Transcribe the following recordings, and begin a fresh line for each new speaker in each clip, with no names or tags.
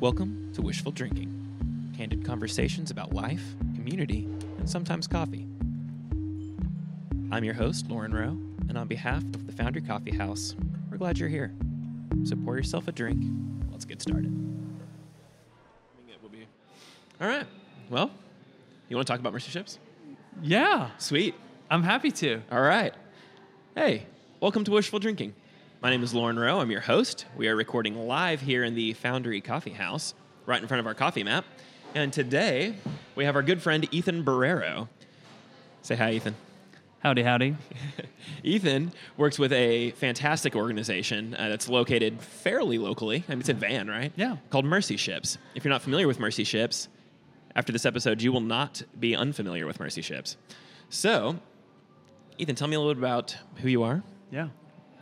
Welcome to Wishful Drinking candid conversations about life, community, and sometimes coffee. I'm your host, Lauren Rowe, and on behalf of the Foundry Coffee House, we're glad you're here. So pour yourself a drink. Let's get started. All right. Well, you want to talk about mercerships?
Yeah,
Sweet.
I'm happy to.
All right. Hey, welcome to Wishful Drinking. My name is Lauren Rowe. I'm your host. We are recording live here in the Foundry Coffee House, right in front of our coffee map. And today we have our good friend Ethan Barrero. Say hi, Ethan.
Howdy, howdy.
Ethan works with a fantastic organization uh, that's located fairly locally. I mean, it's in Van, right?
Yeah.
Called Mercy Ships. If you're not familiar with Mercy Ships, after this episode, you will not be unfamiliar with Mercy Ships. So, Ethan, tell me a little bit about who you are,
Yeah,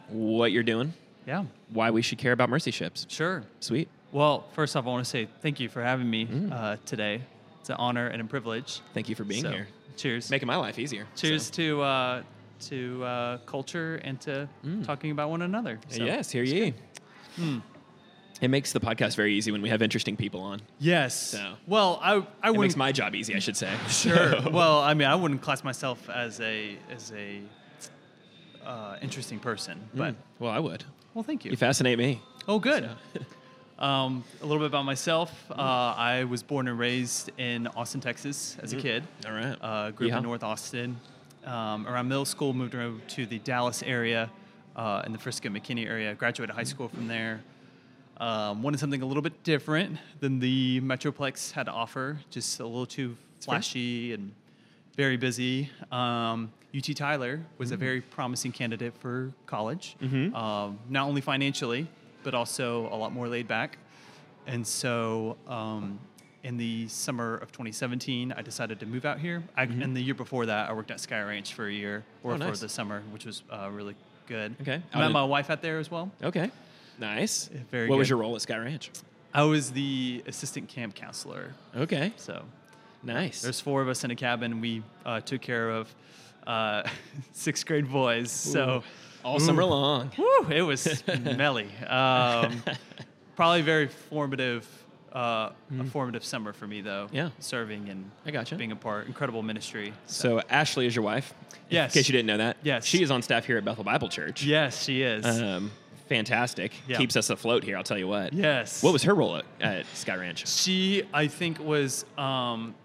what you're doing,
yeah,
why we should care about Mercy Ships.
sure.
Sweet.
Well, first off, I want to say thank you for having me uh, today. It's an honor and a privilege.
Thank you for Mm. being
So,
here,
Cheers.
making my life easier.
cheers
So-
to uh, to uh, culture and to talking about one another. So,
Mm. yes, here you. It makes the podcast very easy when we have interesting people on.
Yes.
So-
Well, I I
It
wouldn't.
makes my job easy, I should say.
sure.
So-
Well, I mean, I wouldn't class myself as a as a uh, interesting person, but
Mm. well, I would.
well, thank you.
You fascinate me.
Oh, good. um, a little bit about myself. Uh, I was born and raised in Austin, Texas, as a kid.
Mm-hmm. All right.
Uh, grew up
Yeah.
in North Austin. Um, around middle school, moved over to the Dallas area, uh, in the Frisco McKinney area. Graduated high school from there. Um, wanted something a little bit different than the Metroplex had to offer. Just a little too
fair.
flashy and very busy. Um, UT Tyler was
Mm-hmm.
a very promising candidate for college, um, not only financially, but also a lot more laid back. And so um, in the summer of 2017, I decided to move out here. I, And the year before that, I worked at Sky Ranch for a year or
Mm-hmm. Oh, nice.
for the summer, which was uh, really good.
Okay.
I
Out
met
in-
my wife out there as well.
Okay. Nice.
Very
what was
good.
your role at Sky Ranch?
I was the assistant camp counselor.
Okay.
So
Nice.
there's four of us in a cabin. We uh, took care of uh, sixth grade boys. So
All summer long.
whew, it was smelly. Um, probably very formative, uh, a formative summer for me though.
Mm-hmm. Yeah.
serving and
I gotcha.
being a part. Incredible ministry.
So Ashley is your wife.
Yes.
In case you didn't know that.
Yes.
She is on staff here at Bethel Bible Church.
Yes, she is.
Um, fantastic.
Yeah.
Keeps us afloat here. I'll tell you what.
yes.
What was her role at, at Sky Ranch?
She, I think, was um,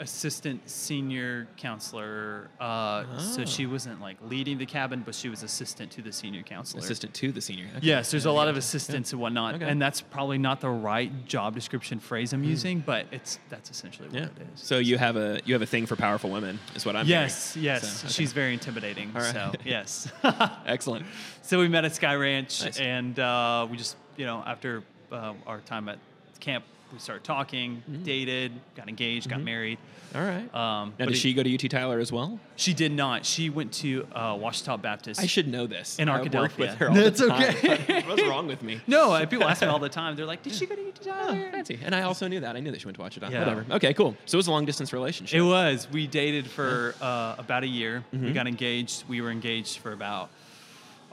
assistant senior counselor. Uh,
Oh.
So she wasn't like leading the cabin, but she was assistant to the senior counselor.
Assistant to the senior. Okay.
Yes, there's a lot of assistants and whatnot,
Okay. Hmm.
and that's probably not the right job description phrase I'm using, but it's that's essentially what
Yeah.
it is.
So you have a you have a thing for powerful women, is what I'm. hearing.
yes, yes,
So, okay.
she's very intimidating.
right.
So yes,
excellent.
so we met at Sky Ranch,
Nice.
and uh, we just you know after uh, our time at camp, we started talking, dated, got engaged, got married.
All right. Mm-hmm.
Um,
now,
but
did
it-
she go to UT Tyler as well?
She did not. She went to uh, Washita Baptist.
I should know this.
In
I work with
Arkadelphia.
her all
That's
the time.
okay.
What's wrong with me?
no, I- people ask me all the time. They're like, "Did she go to UT
Oh,
Tyler?"
fancy. And I also knew that. I knew that she went to watch it on.
Yeah.
Whatever. Okay, cool. So it was a long distance
It
relationship.
was. We dated for uh, about a year.
Mm-hmm.
We got engaged. We were engaged for about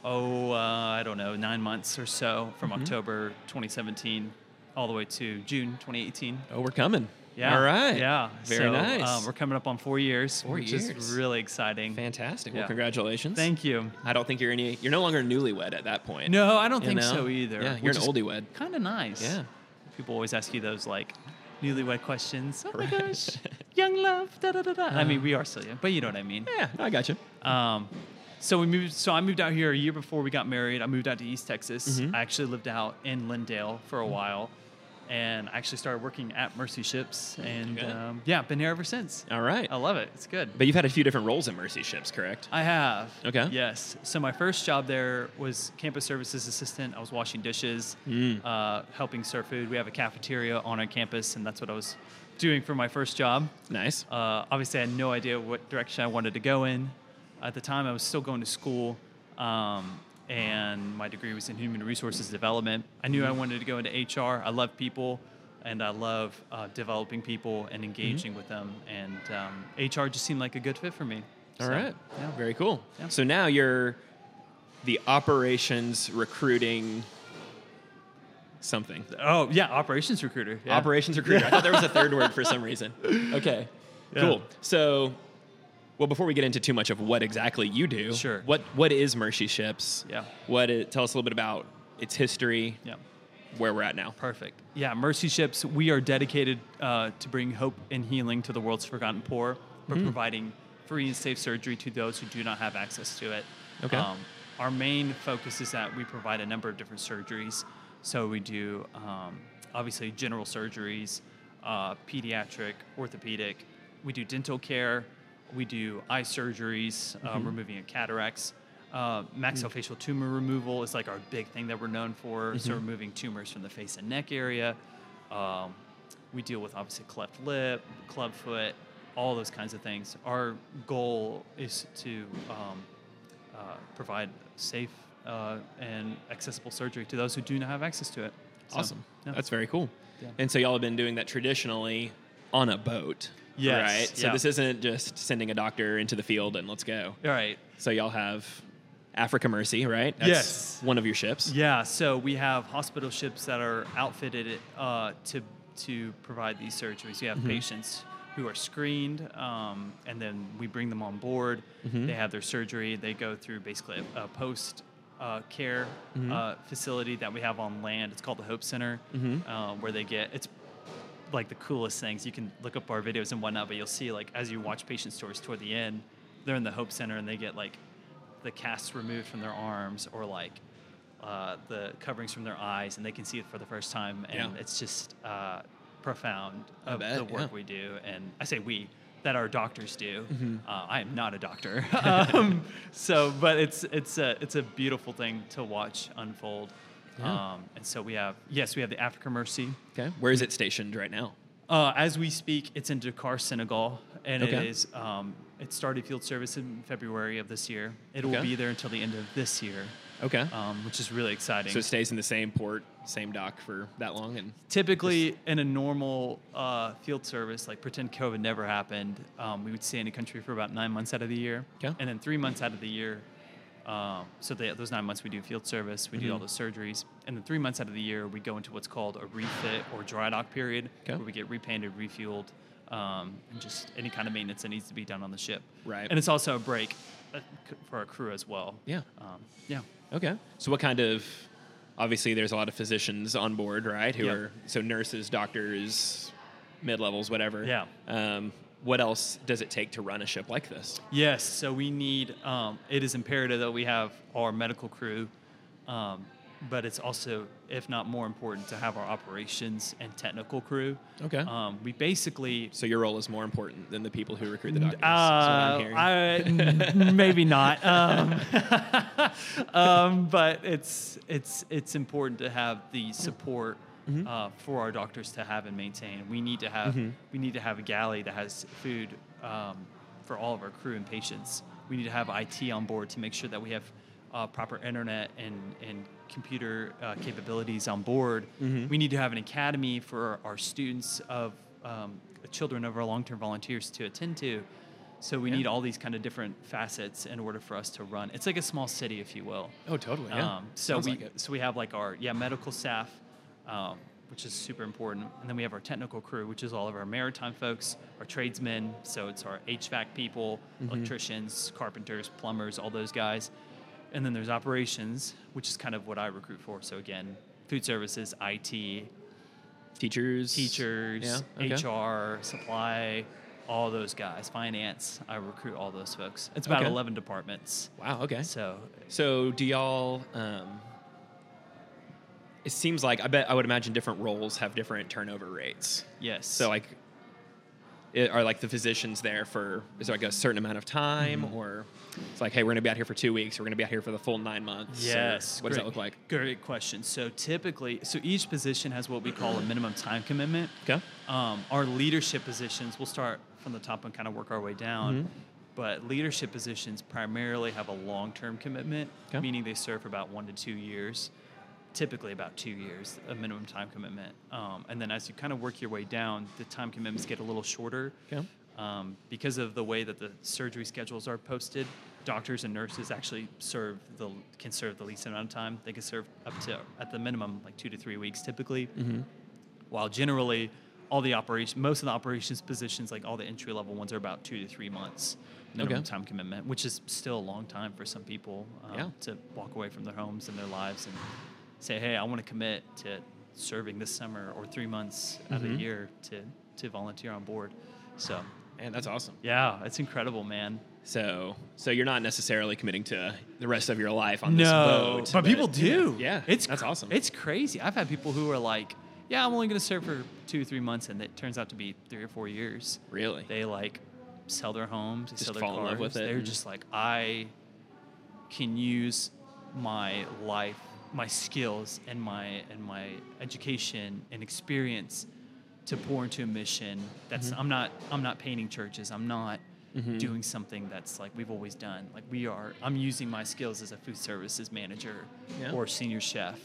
oh, uh, I don't know, nine months or so, from
Mm-hmm.
October 2017 all the way to June 2018.
oh, we're coming.
Yeah.
All right.
Yeah.
Very
So,
nice.
Uh, we're coming up on four years,
Four
which
years.
is really exciting.
Fantastic. Well,
Yeah.
congratulations.
Thank you.
I don't think you're any. You're no longer newlywed at that point.
No, I don't
You
think
know?
so either.
Yeah, you're an oldywed.
Kind of nice.
Yeah.
People always ask you those like newlywed questions. Oh my
Right. Uh.
gosh, young love. Da da da da. I mean, we are still young, but you know what I mean.
Yeah, I got you.
Um, so we moved. So I moved out here a year before we got married. I moved out to East Texas.
Mm-hmm.
I actually lived out in Lindale for
Mm.
a while, and I actually started working at Mercy Ships. And
Okay.
um, yeah, been here ever since.
All right.
I love it. It's good.
But you've had a few different roles in Mercy Ships, correct?
I have.
Okay.
Yes. So my first job there was campus services assistant. I was washing dishes,
Mm.
uh, helping serve food. We have a cafeteria on our campus, and that's what I was doing for my first job.
Nice.
Uh, obviously, I had no idea what direction I wanted to go in. At the time, I was still going to school, um, and my degree was in human resources development. I knew I
Mm-hmm.
wanted to go into HR. I love people, and I love uh, developing people
Mm-hmm.
and engaging with them. And um, HR just seemed like a good fit for me.
All
So,
right.
yeah.
Very cool.
Yeah.
So now you're the operations recruiting something.
Oh yeah, operations recruiter. Yeah.
Operations recruiter. I thought there was a third word for some reason. Okay.
Yeah.
Cool. So, well, before we get into too much of what exactly you do,
Sure.
What what is Mercy Ships?
Yeah.
What it, tell us a little bit about its history,
Yeah.
where we're at now.
Perfect. Yeah, Mercy Ships, we are dedicated uh, to bring hope and healing to the world's forgotten poor by providing free and safe surgery to those who do not have access to it. Um,
Okay.
our main focus is that we provide a number of different surgeries. So we do um, obviously general surgeries, uh, pediatric, orthopedic, we do dental care, we do eye surgeries, um, removing of cataracts. Uh, maxillofacial tumor removal is like our big thing that we're known for. So removing tumors from the face and neck area. Um, we deal with obviously cleft lip, club foot, all those kinds of things. Our goal is to um, uh, provide safe uh, and accessible surgery to those who do not have access to it. So,
Awesome.
yeah.
That's very cool.
Yeah.
And so y'all have been doing that traditionally on a boat.
Yes,
Right. So
yeah.
this isn't just sending a doctor into the field and let's go.
all right.
So y'all have Africa Mercy, right?
Yes.
One of your ships.
Yeah, so we have hospital ships that are outfitted uh, to to provide these surgeries. We
Mm-hmm.
have patients who are screened, um, and then we bring them on board.
Mm-hmm.
They have their surgery. They go through basically a, a post. Uh, care
Mm-hmm.
uh, facility that we have on land. It's called the Hope Center,
Mm-hmm.
uh, where they get it's like the coolest things. You can look up our videos and whatnot, but you'll see like as you watch patient stories toward the end, they're in the Hope Center and they get like the casts removed from their arms or like uh, the coverings from their eyes, and they can see it for the first time. And
Yeah.
it's just uh, profound of
bet,
the work
yeah.
we do, and I say we. That our doctors do.
Mm-hmm.
Uh, I am not a doctor, um, so but it's it's a it's a beautiful thing to watch unfold.
Yeah.
Um, and so we have yes, we have the Africa Mercy,
Okay. Where is it stationed right now?
uh, as we speak, it's in Dakar, Senegal, and it
Okay.
is. Um, it started field service in February of this year. It will
Okay.
be there until the end of this year,
Okay.
um, which is really exciting.
so it stays in the same port, same dock for that long, and
Typically, in a normal uh, field service, like pretend COVID never happened, um, we would stay in a country for about nine months out of the year,
Yeah.
and then three months out of the year. Um, so they, those nine months we do field service, we
Mm-hmm.
do all those surgeries, and then three months out of the year we go into what's called a refit or dry dock period,
Okay.
where we get repainted, refueled, um, and just any kind of maintenance that needs to be done on the ship.
Right.
And it's also a break uh, c- for our crew as well.
yeah.
Um, yeah.
Okay. So what kind of obviously there's a lot of physicians on board, right? Who
Yeah.
are so nurses, doctors, mid levels, whatever.
Yeah.
Um, what else does it take to run a ship like this?
Yes, so we need, um, it is imperative that we have our medical crew, um, but it's also, if not more important, to have our operations and technical crew.
Okay.
Um, we basically,
So your role is more important than the people who recruit the doctors. is what I'm
uh,
hearing.
I, n- maybe not, um, um, but it's, it's, it's important to have the support. Uh, for our doctors to have and maintain, we need to have we need to have a galley that has food um, for all of our crew and patients. We need to have IT on board to make sure that we have uh, proper internet and, and computer uh, capabilities on board. We need to have an academy for our students of um, children of our long term volunteers to attend to. So we need all these kind of different facets in order for us to run. It's like a small city, if you will.
oh, totally. Yeah.
Um, so
Sounds
we
like it.
so we have like our yeah medical staff, um, which is super important, and then we have our technical crew, which is all of our maritime folks, our tradesmen. So it's our HVAC people,
Mm-hmm.
electricians, carpenters, plumbers, all those guys, and then there's operations, which is kind of what I recruit for. So again, food services, IT,
teachers,
teachers,
Yeah. Okay.
HR, supply. All those guys, finance. I recruit all those folks. It's about
Okay.
eleven departments.
Wow. Okay.
So
So do y'all? Um, it seems like I bet I would imagine different roles have different turnover rates.
yes.
So like, it, are like the physicians there for is there like a certain amount of time,
Mm-hmm.
or it's like, hey, we're gonna be out here for two weeks, we're gonna be out here for the full nine months. or
Yes.
what does that
great-
look like?
Great question. So typically, so each position has what we call a minimum time commitment.
Okay.
Um, our leadership positions, we'll start from the top and kind of work our way down.
Mm-hmm.
But leadership positions primarily have a long term commitment,
Okay.
meaning they serve for about one to two years, typically about two years, a minimum time commitment. Um, and then as you kind of work your way down, the time commitments get a little shorter
Okay.
um, because of the way that the surgery schedules are posted, doctors and nurses actually serve the can serve the least amount of time. They can serve up to at the minimum like two to three weeks typically.
Mm-hmm.
While generally, all the operation most of the operations positions like all the entry level ones are about two to three months minimum
Okay.
time commitment, which is still a long time for some people um,
Yeah.
to walk away from their homes and their lives and say, hey, I want to commit to serving this summer or three months out of the
Mhm.
year to to volunteer on board. So
Man, that's awesome.
yeah, it's incredible, man.
So, so you're not necessarily committing to the rest of your life on this
no,
boat,
but people do.
Yeah,
it's
that's
cr-
awesome.
It's crazy. I've had people who are like, "Yeah, I'm only going to serve for two, three months," and it turns out to be three or four years.
really
They like sell their homes, they
Just
sell their
fall in
cars.
love with it
They're
and-
just like, I can use my life, my skills, and my and my education and experience to pour into a mission. That's
Mm-hmm.
I'm not I'm not painting churches. I'm not doing something that's like we've always done. Like we are. I'm using my skills as a food services manager
Yeah.
or senior chef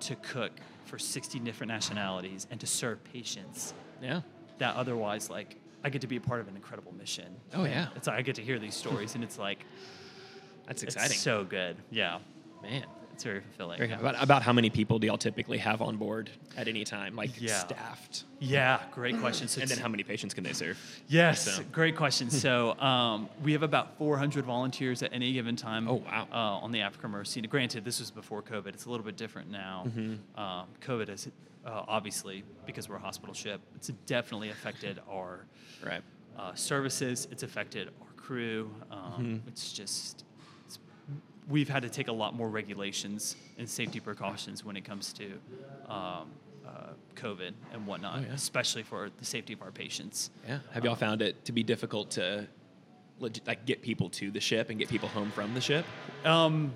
to cook for 60 different nationalities and to serve patients
yeah.
that otherwise like I get to be a part of an incredible mission.
Oh, yeah.
It's like I get to hear these stories and it's like
That's
it's
exciting,
so good. Yeah.
man.
It's very fulfilling.
Very- About, about how many people do y'all typically have on board at any time, like
Yeah.
staffed?
Yeah, great question. So
And then
it's-
how many patients can they serve?
Yes,
So-
great question. so um, we have about 400 volunteers at any given time.
Oh, wow.
Uh, on the Africa Mercy. Now, Granted, this was before COVID. It's a little bit different now.
Mm-hmm.
Um, COVID has uh, obviously because we're a hospital ship. It's definitely affected our
Right.
uh, services. It's affected our crew. Um,
Mm-hmm.
It's just it's, we've had to take a lot more regulations and safety precautions when it comes to um, uh, COVID and whatnot,
Oh, yeah.
especially for the safety of our patients.
Yeah. Have y'all found it to be difficult to legi- like get people to the ship and get people home from the ship?
Um,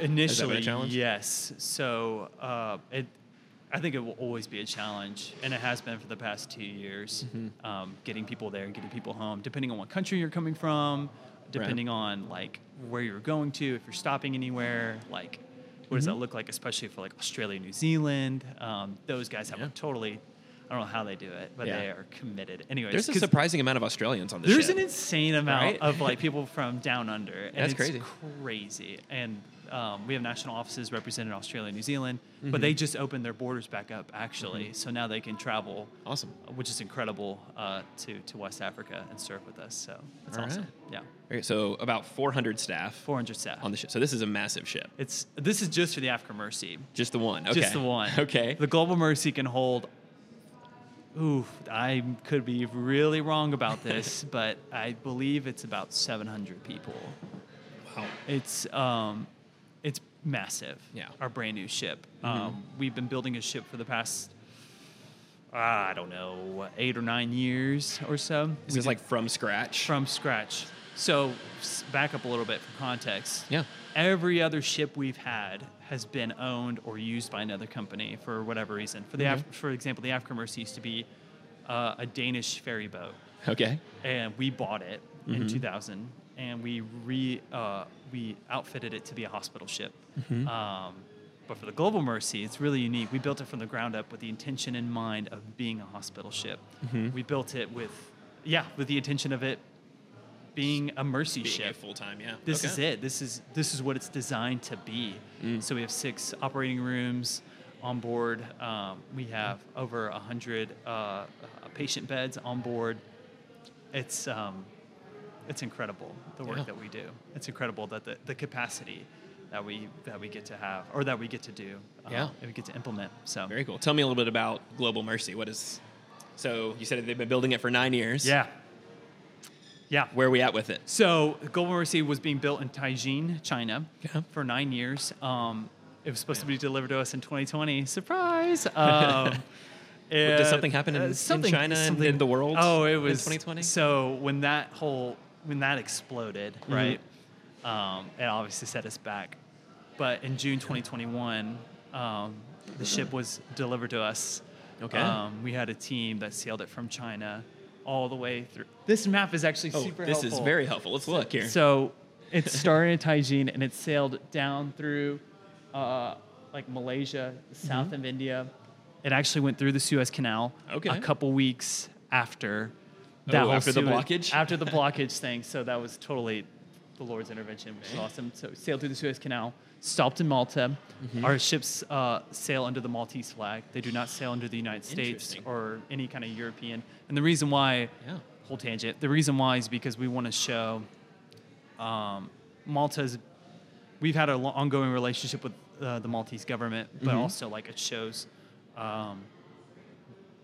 initially,
challenge?
yes. So uh, it, I think it will always be a challenge, and it has been for the past two years.
Mm-hmm.
Um, getting people there, getting people home, depending on what country you're coming from, depending on like where you're going to, if you're stopping anywhere, like what
Mm-hmm.
does that look like, especially for like Australia, New Zealand. Um, those guys have
Yeah.
a totally. I don't know how they do it, but
Yeah.
they are committed. Anyways,
There's a
'cause-
surprising amount of Australians on the
there's
ship.
an insane amount
Right?
of like people from down under. And
That's
it's
crazy.
Crazy. And um, we have national offices representing Australia and New Zealand,
Mm-hmm.
but they just opened their borders back up actually. So now they can travel,
awesome.
which is incredible uh, to, to West Africa and serve with us. So that's
All
awesome.
right.
Yeah.
Okay, so about 400 staff
400 staff.
on the ship. So this is a massive ship.
it's, this is just for the Africa Mercy.
Just the one. Okay.
Just the one.
Okay.
The Global Mercy can hold. Ooh, I could be really wrong about this, but I believe it's about 700 people.
Wow.
It's um, it's massive.
Yeah. Mm-hmm.
Our brand new ship. Um, we've been building a ship for the past uh, I don't know eight or nine years or so.
Is
We
this
did
like from scratch?
from scratch? So s- back up a little bit for context.
Yeah.
Every other ship we've had has been owned or used by another company for whatever reason. For the Af- for example, the Africa Mercy used to be uh, a Danish ferry boat
Okay.
and we bought it in 2000 and we re uh, we outfitted it to be a hospital ship um, but for the global mercy it's really unique we built it from the ground up with the intention in mind of being a hospital ship we built it with yeah with the intention of it being a mercy
Being
ship
full time, yeah.
this
Okay. Mm.
is it. This is this is what it's designed to be. So we have six operating rooms on board. Um, we have over a hundred uh, uh, patient beds on board. It's um, it's incredible the work
Yeah.
that we do. It's incredible that the, the capacity that we that we get to have or that we get to do. uh,
Yeah.
that we get to implement. So
Very cool. Tell me a little bit about Global Mercy. What is so you said they've been building it for nine years.
yeah, yeah.
Where are we at with it?
So Global Mercy was being built in Taijin, China,
Yeah.
for nine years. Um, it was supposed to be delivered to us in 2020. Surprise! Um,
Did
uh,
something happen in- in China and in the world
Oh, it
in
was
2020?
So when that whole when that exploded,
Mm-hmm.
right? Um, it obviously set us back. But in June 2021, um, the ship was delivered to us.
Okay.
Um, we had a team that sailed it from China all the way through. This map is actually
Oh,
super
this is
helpful.
very helpful. Let's look here.
So it started in Taijin and it sailed down through uh, like Malaysia, south
Mm-hmm.
of India. It actually went through the Suez Canal
Okay.
a couple weeks after
Oh,
whole
after the
Suez-
blockage?
After the blockage thing. So that was totally the Lord's intervention, which is awesome. So sailed through the Suez Canal, stopped in Malta.
Mm-hmm.
Our ships uh, sail under the Maltese flag. They do not sail under the United States
Interesting.
or any kind of European. And the reason why,
Yeah.
whole tangent. The reason why is because we want to show um, Malta's. We've had an ongoing relationship with uh, the Maltese government, but
Mhm.
also like it shows. Um,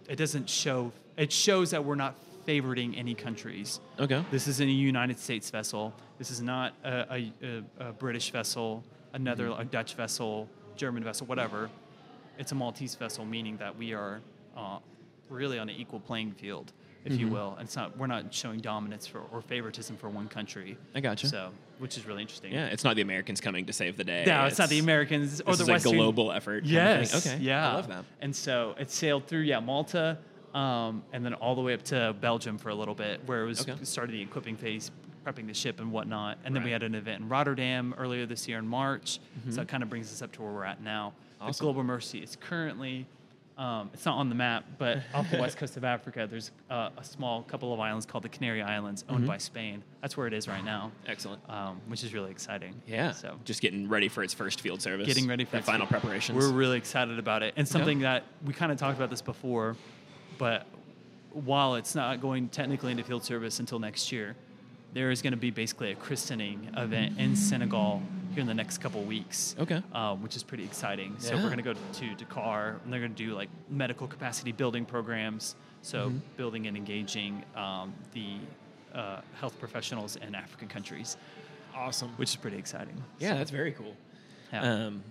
it doesn't show. It shows that we're not favoriting any countries.
Okay.
This isn't a United States vessel. This is not a, a, a, a British vessel, another
Mm-hmm.
a Dutch vessel, German vessel, whatever. It's a Maltese vessel, meaning that we are uh, really on an equal playing field, if
Mm-hmm.
you will. And it's not we're not showing dominance for, or favoritism for one country.
I gotcha.
So, which is really interesting.
Yeah, it's not the Americans coming to save the day.
No, it's, not the Americans or
This
the
is a
Western.
global effort. kind of
Yes.
thing. okay.
Yeah.
I love that.
And so it sailed through, yeah, Malta, um, and then all the way up to Belgium for a little bit, where it was
Okay.
started the equipping phase, prepping the ship and whatnot. And then we
Right. Mm-hmm.
had an event in Rotterdam earlier this year in March. So it kind of brings us up to where we're at now. The
Awesome.
Global Mercy is currently. Um, it's not on the map, but off the west coast of Africa, there's uh, a small couple of islands called the Canary Islands, owned by Spain. That's where it is right now,
Mm-hmm. Excellent.
um, which is really exciting.
Yeah.
So
Just getting ready for its first field service.
Getting ready for
the
its
final
field-
preparations.
we're really excited about it. And something that we kind of talked about this before, but while it's not going technically into field service until next year, there is going to be basically a christening event in Senegal here in the next couple weeks.
Okay.
Um, which is pretty exciting. So we're
Yeah.
going to go to Dakar and they're going to do like medical capacity building programs. So
Mm-hmm.
building and engaging um, the uh, health professionals in African countries,
awesome.
which is pretty exciting.
Yeah, that's very cool.
Yeah.
Um,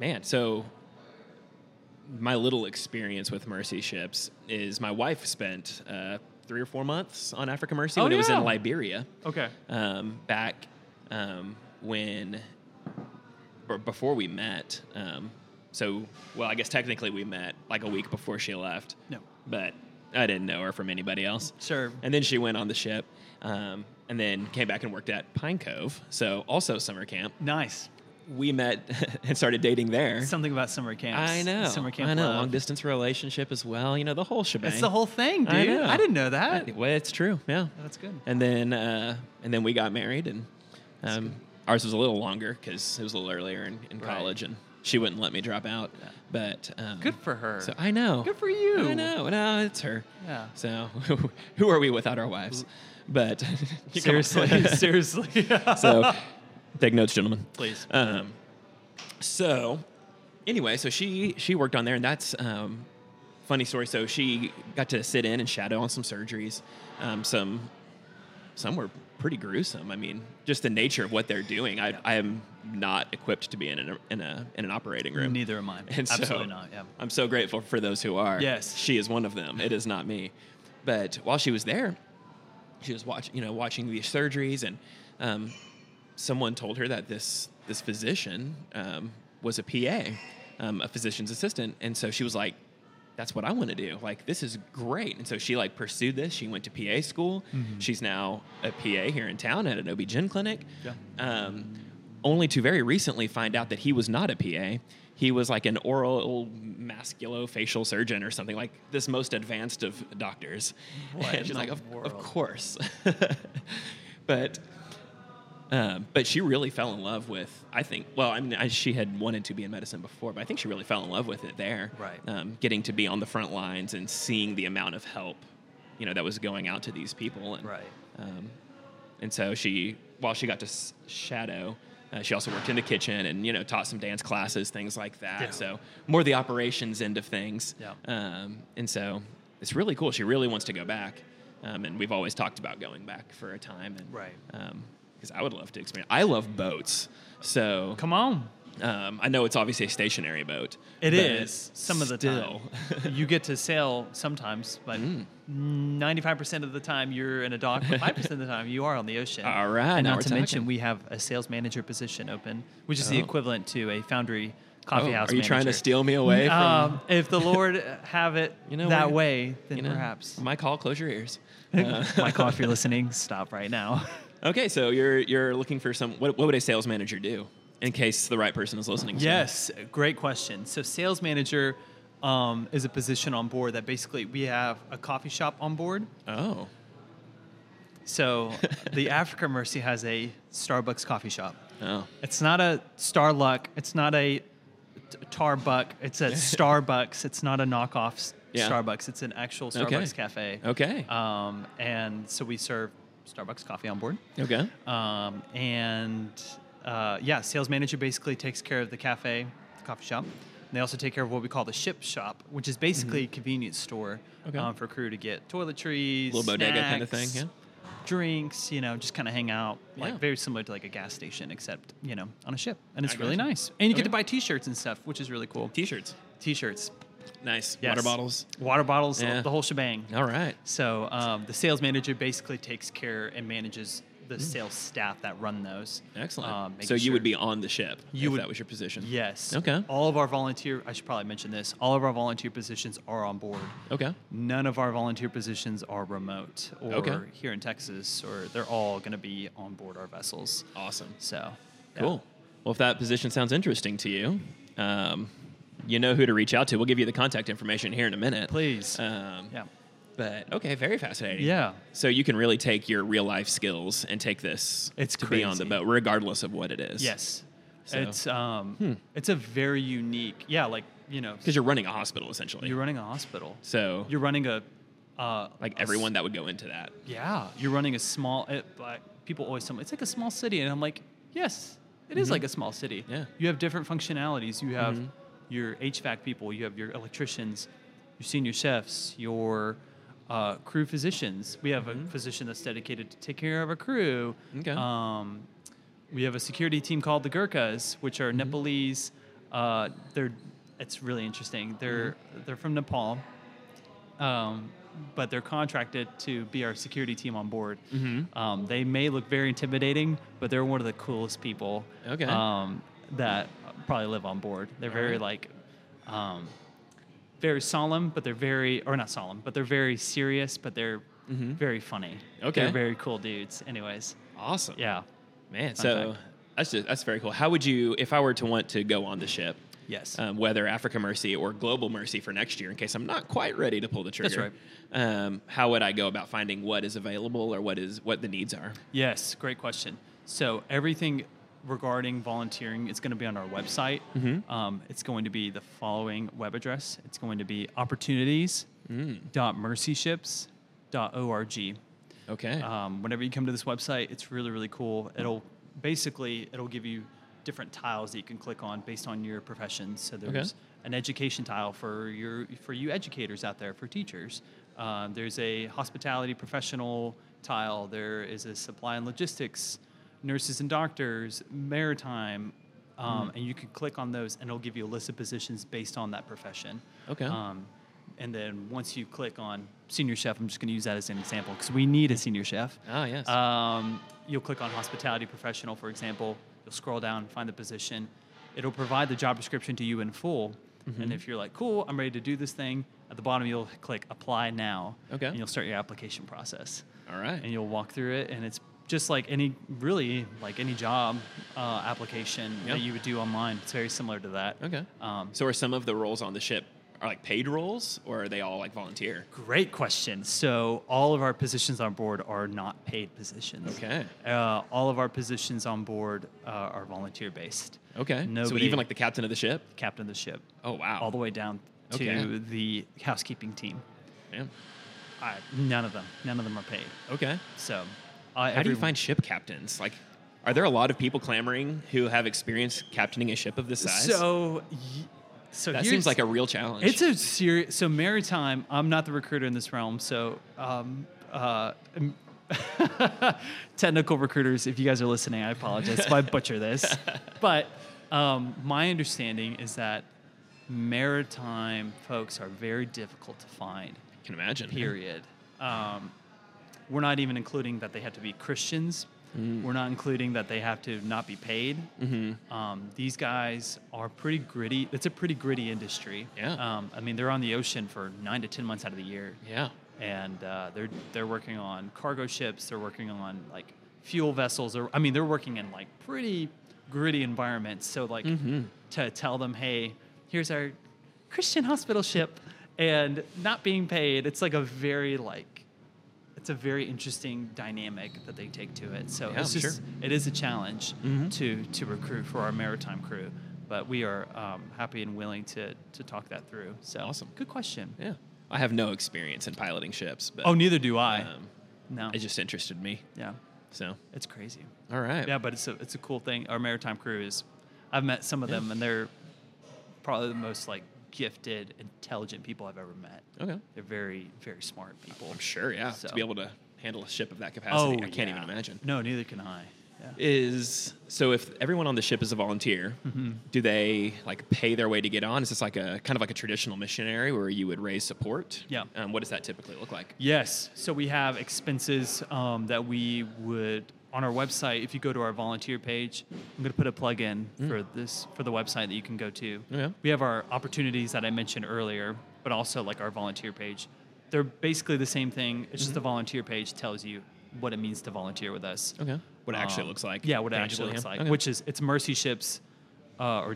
man, so my little experience with Mercy ships is my wife spent uh, three or four months on Africa Mercy
Oh,
when it was
yeah.
in Liberia
okay.
um, back um, when or before we met. Um, so, well, I guess technically we met like a week before she left.
No.
But I didn't know her from anybody else.
Sure.
And then she went on the ship um, and then came back and worked at Pine Cove. So, also summer camp.
Nice.
We met and started dating there.
Something about summer camps.
I know.
Summer camp.
I know.
love.
Long distance relationship as well. You know, the whole shebang.
It's the whole thing, dude.
I
I,
know.
didn't know that.
I- well, it's true. Yeah.
That's good.
And then uh, and then we got married, and um, ours was a little longer because it was a little earlier in, in
Right.
college, and she wouldn't let me drop out. But um,
Good for her.
So I know.
Good for you.
I know. No, it's her.
Yeah.
So who are we without our wives? But Come on.
Seriously, seriously.
so take notes, gentlemen.
Please.
Um, so anyway, so she she worked on there, and that's um, funny story. So she got to sit in and shadow on some surgeries. Um, some some were pretty gruesome. I mean, just the nature of what they're doing. I, I am not equipped to be in an in a in an operating room.
Neither am I.
And so
Absolutely not. Yeah.
I'm so grateful for those who are.
Yes.
She is one of them. It is not me. But while she was there, she was watching, you know, watching these surgeries, and um, someone told her that this this physician um, was a PA, um, a physician's assistant, and so she was like, "That's what I want to do. Like, this is great." And so she like pursued this. She went to PA school.
Mm-hmm.
She's now a PA here in town at an OB/GYN clinic.
Yeah.
Um, only to very recently find out that he was not a PA. He was like an oral masculofacial surgeon or something like this most advanced of doctors.
What
and she's
in
like,
the
of, of
world?"
course. but um, but she really fell in love with, I think, well, I mean, I, she had wanted to be in medicine before, but I think she really fell in love with it there.
Right.
Um, getting to be on the front lines and seeing the amount of help, you know, that was going out to these people. And,
Right.
Um, and so she, while she got to s- shadow, uh, she also worked in the kitchen and, you know, taught some dance classes, things like that.
Yeah.
So more the operations end of things.
Yeah.
Um, and so it's really cool. She really wants to go back. Um, and we've always talked about going back for a time. And,
Right.
Because I would love to experience. I love boats. So
Come on.
um, I know it's obviously a stationary boat.
It
but
is some of the
still. Mm.
time. you get to sail sometimes, but ninety-five percent of the time you're in a dock, but five percent of the time you are on the ocean.
All right,
And
now
not
we're
to mention,
talking.
we have a sales manager position open, which is the
Oh.
equivalent to a foundry
Oh,
coffee
are you
house.
trying to
manager.
steal me away from
Um, if the Lord have it
You know,
that
we're-
way, then
you know,
perhaps.
My call, close your ears.
Michael, if you're listening, stop right now.
Okay, so you're you're looking for some. What, what would a sales manager do in case the right person is listening? to me?
Yes, great question. So, sales manager um, is a position on board that basically we have a coffee shop on board.
Oh,
So the Africa Mercy has a Starbucks coffee shop.
Oh,
It's not a Starluck. It's not a t- Tarbuck. It's a Starbucks. It's not a knockoff s-
Yeah.
Starbucks. It's an actual Starbucks
Okay.
cafe.
okay,
Um, and so we serve Starbucks coffee on board.
okay,
Um, and uh, yeah, sales manager basically takes care of the cafe, the coffee shop. And they also take care of what we call the ship shop, which is basically a convenience store
Mm-hmm. Okay.
um, for crew to get toiletries,
Little bodega kinda
snacks,
thing,
drinks. You know, just kind of hang out,
Yeah.
like very similar to like a gas station, except you know on a ship, and it's
I
really
gotcha.
nice. And you get
Okay.
to buy T-shirts and stuff, which is really cool.
t-shirts,
T-shirts,
nice,
yes.
water bottles.
water bottles,
Yeah.
the whole shebang.
All right,
So um, the sales manager basically takes care and manages the sales staff that run those.
Hmm. excellent.
Um,
so
making
you
sure-
would be on the ship
You
if
would-
that was your position.
Yes.
Okay.
All of our volunteer, I should probably mention this, all of our volunteer positions are on board.
Okay.
None of our volunteer positions are remote or
Okay.
here in Texas, or they're all going to be on board our vessels.
Awesome.
So, yeah.
Cool. Well, if that position sounds interesting to you, um, you know who to reach out to. We'll give you the contact information here in a minute.
Please.
Um,
yeah.
But okay, very fascinating.
Yeah.
So you can really take your real life skills and take this
It's
to be on the
crazy.
boat, regardless of what it is.
Yes.
So- Hmm.
It's um, it's a very unique, yeah, like, you know,
Because you're running a hospital essentially.
you're running a hospital.
so
You're running a, uh,
like
a s-
everyone that would go into that.
yeah, you're running a small. It, like, people always tell me it's like a small city, and I'm like, yes, it is like a small city.
Mm-hmm. Yeah. Mm-hmm.
you have different functionalities. You have your HVAC people, you have your electricians, your senior chefs, your uh, crew physicians. We have a physician that's dedicated to take care of a crew.
Mm-hmm. Okay.
Um, we have a security team called the Gurkhas, which are
Mm-hmm.
Nepalese. Uh, they're it's really interesting. They're
Mm-hmm.
they're from Nepal um, but they're contracted to be our security team on board.
Mm-hmm.
Um, they may look very intimidating, but they're one of the coolest people
Okay.
um, that probably live on board. They're very
right.
like um, very solemn, but they're very or not solemn, but they're very serious, but they're very funny.
Mm-hmm. Okay.
they're very cool dudes. Anyways,
Awesome.
yeah,
Man.
Fun
So
fact.
that's just, that's very cool. How would you, if I were to want to go on the ship,
yes,
um, whether Africa Mercy or Global Mercy for next year, in case I'm not quite ready to pull the trigger.
That's
Um, how would I go about finding what is available or what is what the needs are?
yes. Great question. So everything regarding volunteering is going to be on our website. Um, it's going to be the following web address. It's going to be opportunities.mercyships.org.
Okay.
Um, whenever you come to this website, it's really really cool. It'll basically it'll give you different tiles that you can click on based on your profession. So there's an education tile for your for you educators out there for teachers. Um, there's a hospitality professional tile. There is a supply and logistics, nurses and doctors, maritime. Um, And you can click on those, and it'll give you a list of positions based on that profession.
Okay.
Um, and then once you click on senior chef, I'm just going to use that as an example because we need a senior chef.
Ah, yes.
Um, you'll click on hospitality professional, for example. You'll scroll down, find the position. It'll provide the job description to you in full.
Mm-hmm.
And if you're like, cool, I'm ready to do this thing, at the bottom you'll click apply now.
Okay.
And you'll start your application process.
All right.
And you'll walk through it, and it's just like any really like any job uh, application
Yeah.
that you would do online. It's very similar to that.
Okay.
Um,
so are some of the roles on the ship are like paid roles or are they all like volunteer?
Great question. So all of our positions on board are not paid positions.
Okay.
Uh, all of our positions on board uh, are volunteer based.
Okay. So
Nobody-
even like the captain of the ship?
Captain of the ship,
Oh wow.
all the way down to
Okay.
the housekeeping team.
Man.
I, none of them, none of them are paid.
Okay.
So uh,
How do you find ship captains? Like are there a lot of people clamoring who have experience captaining a ship of this size?
So, y- so
that
here's-
seems like a real challenge.
It's a serious. So maritime. I'm not the recruiter in this realm. So um, uh, um, technical recruiters, if you guys are listening, I apologize if I butcher this. But um, my understanding is that maritime folks are very difficult to find.
I can imagine.
Period. Um, we're not even including that they have to be Christians. We're not including that they have to not be paid. Um, these guys are pretty gritty. It's a pretty gritty industry.
Yeah.
Um, I mean, they're on the ocean for nine to ten months out of the year,
Yeah.
and uh, they're they're working on cargo ships. They're working on like fuel vessels. Or I mean, they're working in like pretty gritty environments. So like
Mm-hmm.
to tell them, hey, here's our Christian hospital ship, and not being paid. It's like a very like it's a very interesting dynamic that they take to it. So
Yeah,
it's
I'm
just
sure.
it is a challenge
Mhm.
to to recruit for our maritime crew, but we are um, happy and willing to to talk that through. So
Awesome.
good question.
Yeah. I have no experience in piloting ships, but
Oh, neither do I.
um,
no,
it just interested me.
yeah,
So,
it's crazy.
all right.
Yeah, but it's a it's a cool thing. Our maritime crew is. I've met some of
Yeah.
them, and they're probably the most like gifted, intelligent people I've ever met.
Okay.
They're very very smart people.
I'm sure. Yeah. To
So- Oh,
be able to handle a ship of that capacity, I can't
yeah.
even imagine.
No, neither can I. Yeah.
Is so if everyone on the ship is a volunteer,
Mm-hmm.
do they like pay their way to get on? Is this like a kind of like a traditional missionary where you would raise support?
Yeah.
Um, what does that typically look like?
Yes. So we have expenses um, that we would on our website. If you go to our volunteer page, I'm going to put a plug in for this for the website that you can go to.
Yeah.
We have our opportunities that I mentioned earlier, but also like our volunteer page. They're basically the same thing. It's just the volunteer page tells you what it means to volunteer with us.
Okay. What it actually
Um,
looks like.
Yeah, what it
tangibly,
actually looks
yeah.
like,
Okay.
which is it's mercyships uh, or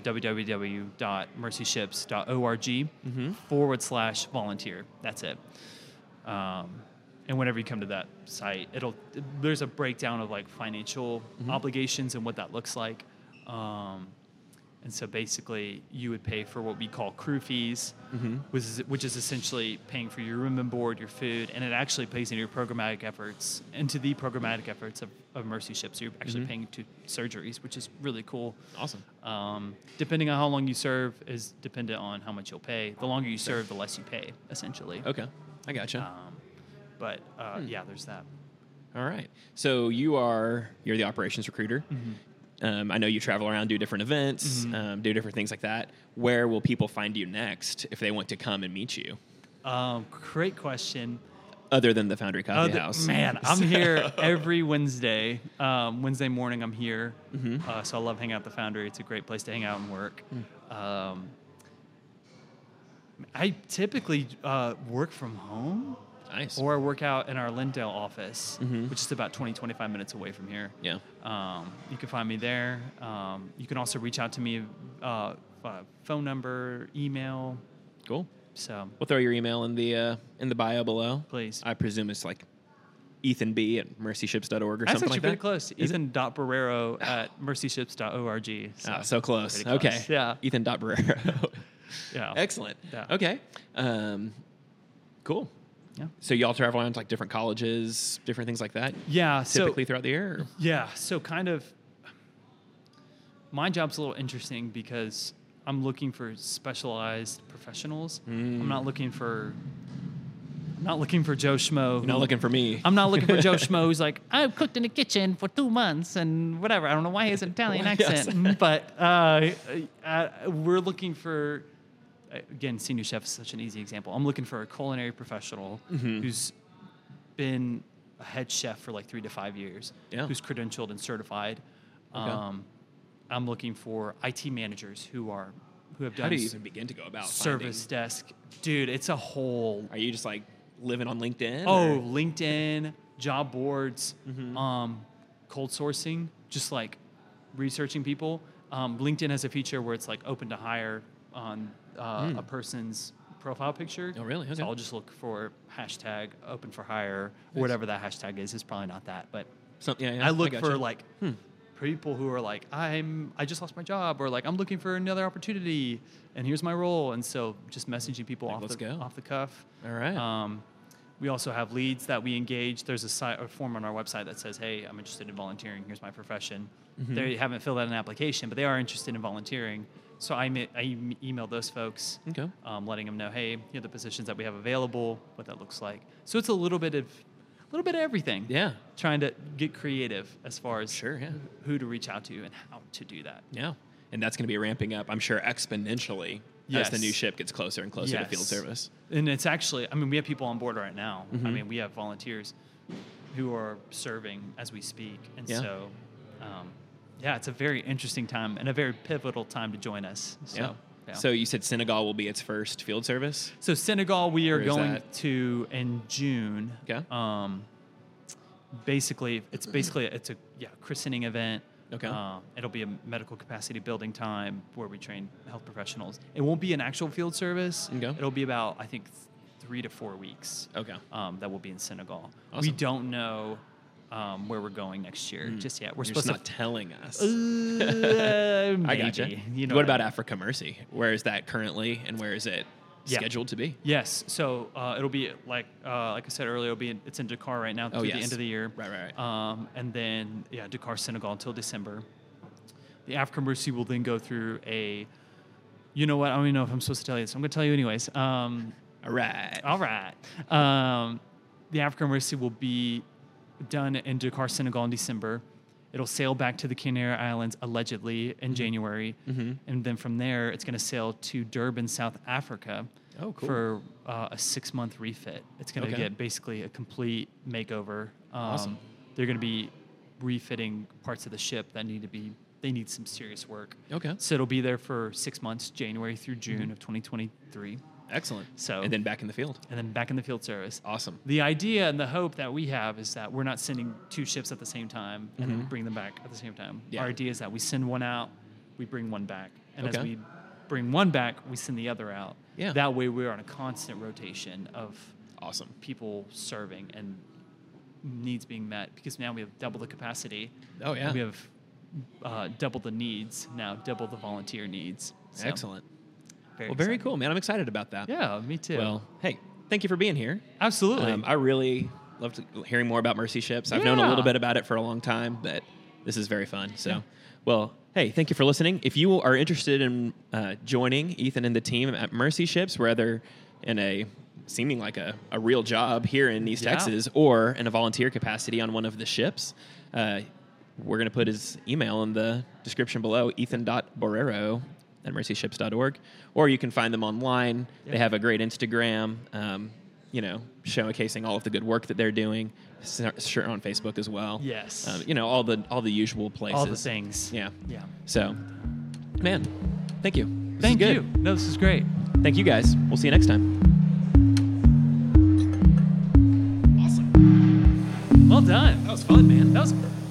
www.mercyships.org
Mm-hmm.
forward slash volunteer. That's it. Um, and whenever you come to that site, it'll there's a breakdown of like financial
Mm-hmm.
obligations and what that looks like. Um, and so basically, you would pay for what we call crew fees, which, is, which is essentially paying for your room and board, your food, and it actually pays into your programmatic efforts, into the programmatic efforts of, of Mercy Ship. So you're actually paying to surgeries, which is really cool.
awesome.
Um, depending on how long you serve is dependent on how much you'll pay. The longer you serve, the less you pay, essentially.
Okay. I gotcha.
Um, but uh, yeah, there's that.
All right. So you are you're the operations recruiter.
Mm-hmm.
Um, I know you travel around, do different events, um, do different things like that. Where will people find you next if they want to come and meet you,
Um, great question.
other than the Foundry Coffee
Other-
House?
Man, I'm here every Wednesday. Um, Wednesday morning, I'm here.
Mm-hmm.
Uh, so I love hanging out at the Foundry. It's a great place to hang out and work.
Mm.
Um, I typically uh, work from home
nice.
or I work out in our Lindale office, which is about 20, 25 minutes away from here.
Mm-hmm. yeah.
Um, you can find me there. Um, you can also reach out to me uh, uh, phone number, email.
Cool.
So
We'll throw your email in the uh, in the bio below.
Please.
I presume it's like Ethan B at mercyships.org or
That's
something
actually
like
pretty
that.
close.
Is it?
Ethan dot Barrero at mercyships.org. So,
Ah, so close.
uh, Pretty close.
Okay.
Yeah.
Ethan dot Barrero.
yeah.
Excellent.
Yeah.
Okay. Um, cool.
Yeah.
So y'all travel around to like different colleges, different things like that.
Yeah. So
typically throughout the year? or-
yeah. So kind of. My job's a little interesting because I'm looking for specialized professionals. I'm not looking for. I'm not looking for Joe Schmo.
You're not
who-
looking for me.
Mm. I'm not looking for Joe Schmo who's like, I've cooked in the kitchen for two months and whatever. I don't know why he has an Italian
Why- yes.
accent. But uh, uh, we're looking for, again, senior chef is such an easy example. I'm looking for a culinary professional
Mm-hmm.
who's been a head chef for like three to five years,
Yeah.
who's credentialed and certified.
Okay.
Um, I'm looking for IT managers who are who have
How
done
do you
s-
even begin to go about
service desk. Dude, it's a whole
Finding? Are you just like living on LinkedIn?
Oh,
or- Mm-hmm.
LinkedIn, job boards, um, cold sourcing, just like researching people. Um, LinkedIn has a feature where it's like open to hire on uh, a person's profile picture.
Hmm. Oh, really? Okay.
So I'll just look for hashtag open for hire, or whatever that hashtag is. It's probably not that, but
Some- yeah, yeah,
I look
gotcha.
for like people who are like, I'm I just lost my job, or like I'm looking for another opportunity, and here's my role. And so just messaging people
Like,
off
let's
the
go.
off the cuff.
All right.
Um, we also have leads that we engage. There's a, site, a form on our website that says, "Hey, I'm interested in volunteering. Here's my profession."
Mm-hmm.
They haven't filled out an application, but they are interested in volunteering. So I, ma- I em- email those folks,
Okay.
um, letting them know, "Hey, here are the positions that we have available. What that looks like." So it's a little bit of, a little bit of everything
Yeah.
trying to get creative as far as
Sure. Yeah.
who to reach out to and how to do that.
Yeah. And that's going to be ramping up, I'm sure, exponentially as the
Yes.
new ship gets closer and closer to field
Yes.
service. Mm-hmm.
And it's actually, I mean, we have people on board right now. I mean, we have volunteers who are serving as we speak. And
Yeah.
so, um, yeah, it's a very interesting time and a very pivotal time to join us. So,
yeah.
yeah.
So you said Senegal will be its first field service.
So Senegal, we are
Where is
going
that?
to in June.
Okay.
Um, basically, it's basically it's a yeah christening event.
Okay.
Um, it'll be a medical capacity building time where we train health professionals. It won't be an actual field service.
Okay.
It'll be about I think th- three to four weeks
Okay.
um, that will be in Senegal. We
Awesome. Hmm.
don't know um, where we're going next year just yet. We're
You're just
supposed
not
to.
telling us.
Uh,
I gotcha.
maybe. You know
what
I
about
mean.
Africa Mercy? Where is that currently, and where is it
Yeah.
scheduled to be?
Yes. So uh, it'll be like uh, like I said earlier, it'll be in, it's in Dakar right now
Oh,
through the
yes.
end of the year.
Right, right, right.
Um, and then yeah, Dakar, Senegal until December. The Africa Mercy will then go through a. You know what? I don't even know if I'm supposed to tell you this. I'm gonna tell you anyways. Um,
All right.
all right. Um, the Africa Mercy will be done in Dakar, Senegal in December. It'll sail back to the Canary Islands allegedly
Mm-hmm.
in January. And then from there, it's going to sail to Durban, South Africa
Oh, cool.
for uh, a six month refit. It's going to
Okay.
get basically a complete makeover. Um,
Awesome.
They're going to be refitting parts of the ship that need to be, they need some serious work.
Okay. Mm-hmm.
So it'll be there for six months, January through June of 2023.
Excellent.
So-
and then back in the field.
And then back in the field service
Awesome.
the idea and the hope that we have is that we're not sending two ships at the same time and then bring them back at the same time.
Mm-hmm. Yeah.
Our idea is that we send one out, we bring one back, and as
Okay.
we bring one back, we send the other out.
Yeah.
That way, we're on a constant rotation of
Awesome.
people serving and needs being met because now we have double the capacity.
Oh yeah.
We have uh, double the needs now, double the volunteer needs. So,
Excellent. Well, very
exciting.
cool, man. I'm excited about that.
Yeah, me too.
Well, hey, thank you for being here.
absolutely.
Um, I really loved hearing more about Mercy Ships. I've known a
Yeah.
little bit about it for a long time, but this is very fun. So, well, hey, thank you for listening. If you are interested in uh, joining Ethan and the team at Mercy Ships, whether in a seeming like a, a real job here in East
Yeah.
Texas or in a volunteer capacity on one of the ships, uh, we're going to put his email in the description below ethan.borrero at mercyships.org. Or you can find them online. They
Yeah.
have a great Instagram, um, you know, showcasing all of the good work that they're doing. S- Sure on Facebook as well.
Yes.
Um, you know, all the all the usual places.
All the things.
Yeah.
Yeah.
So, man, thank you. This is
Thank
good.
you. No, this is great.
Thank you guys. We'll see you next time.
Well done.
was fun, man.
That was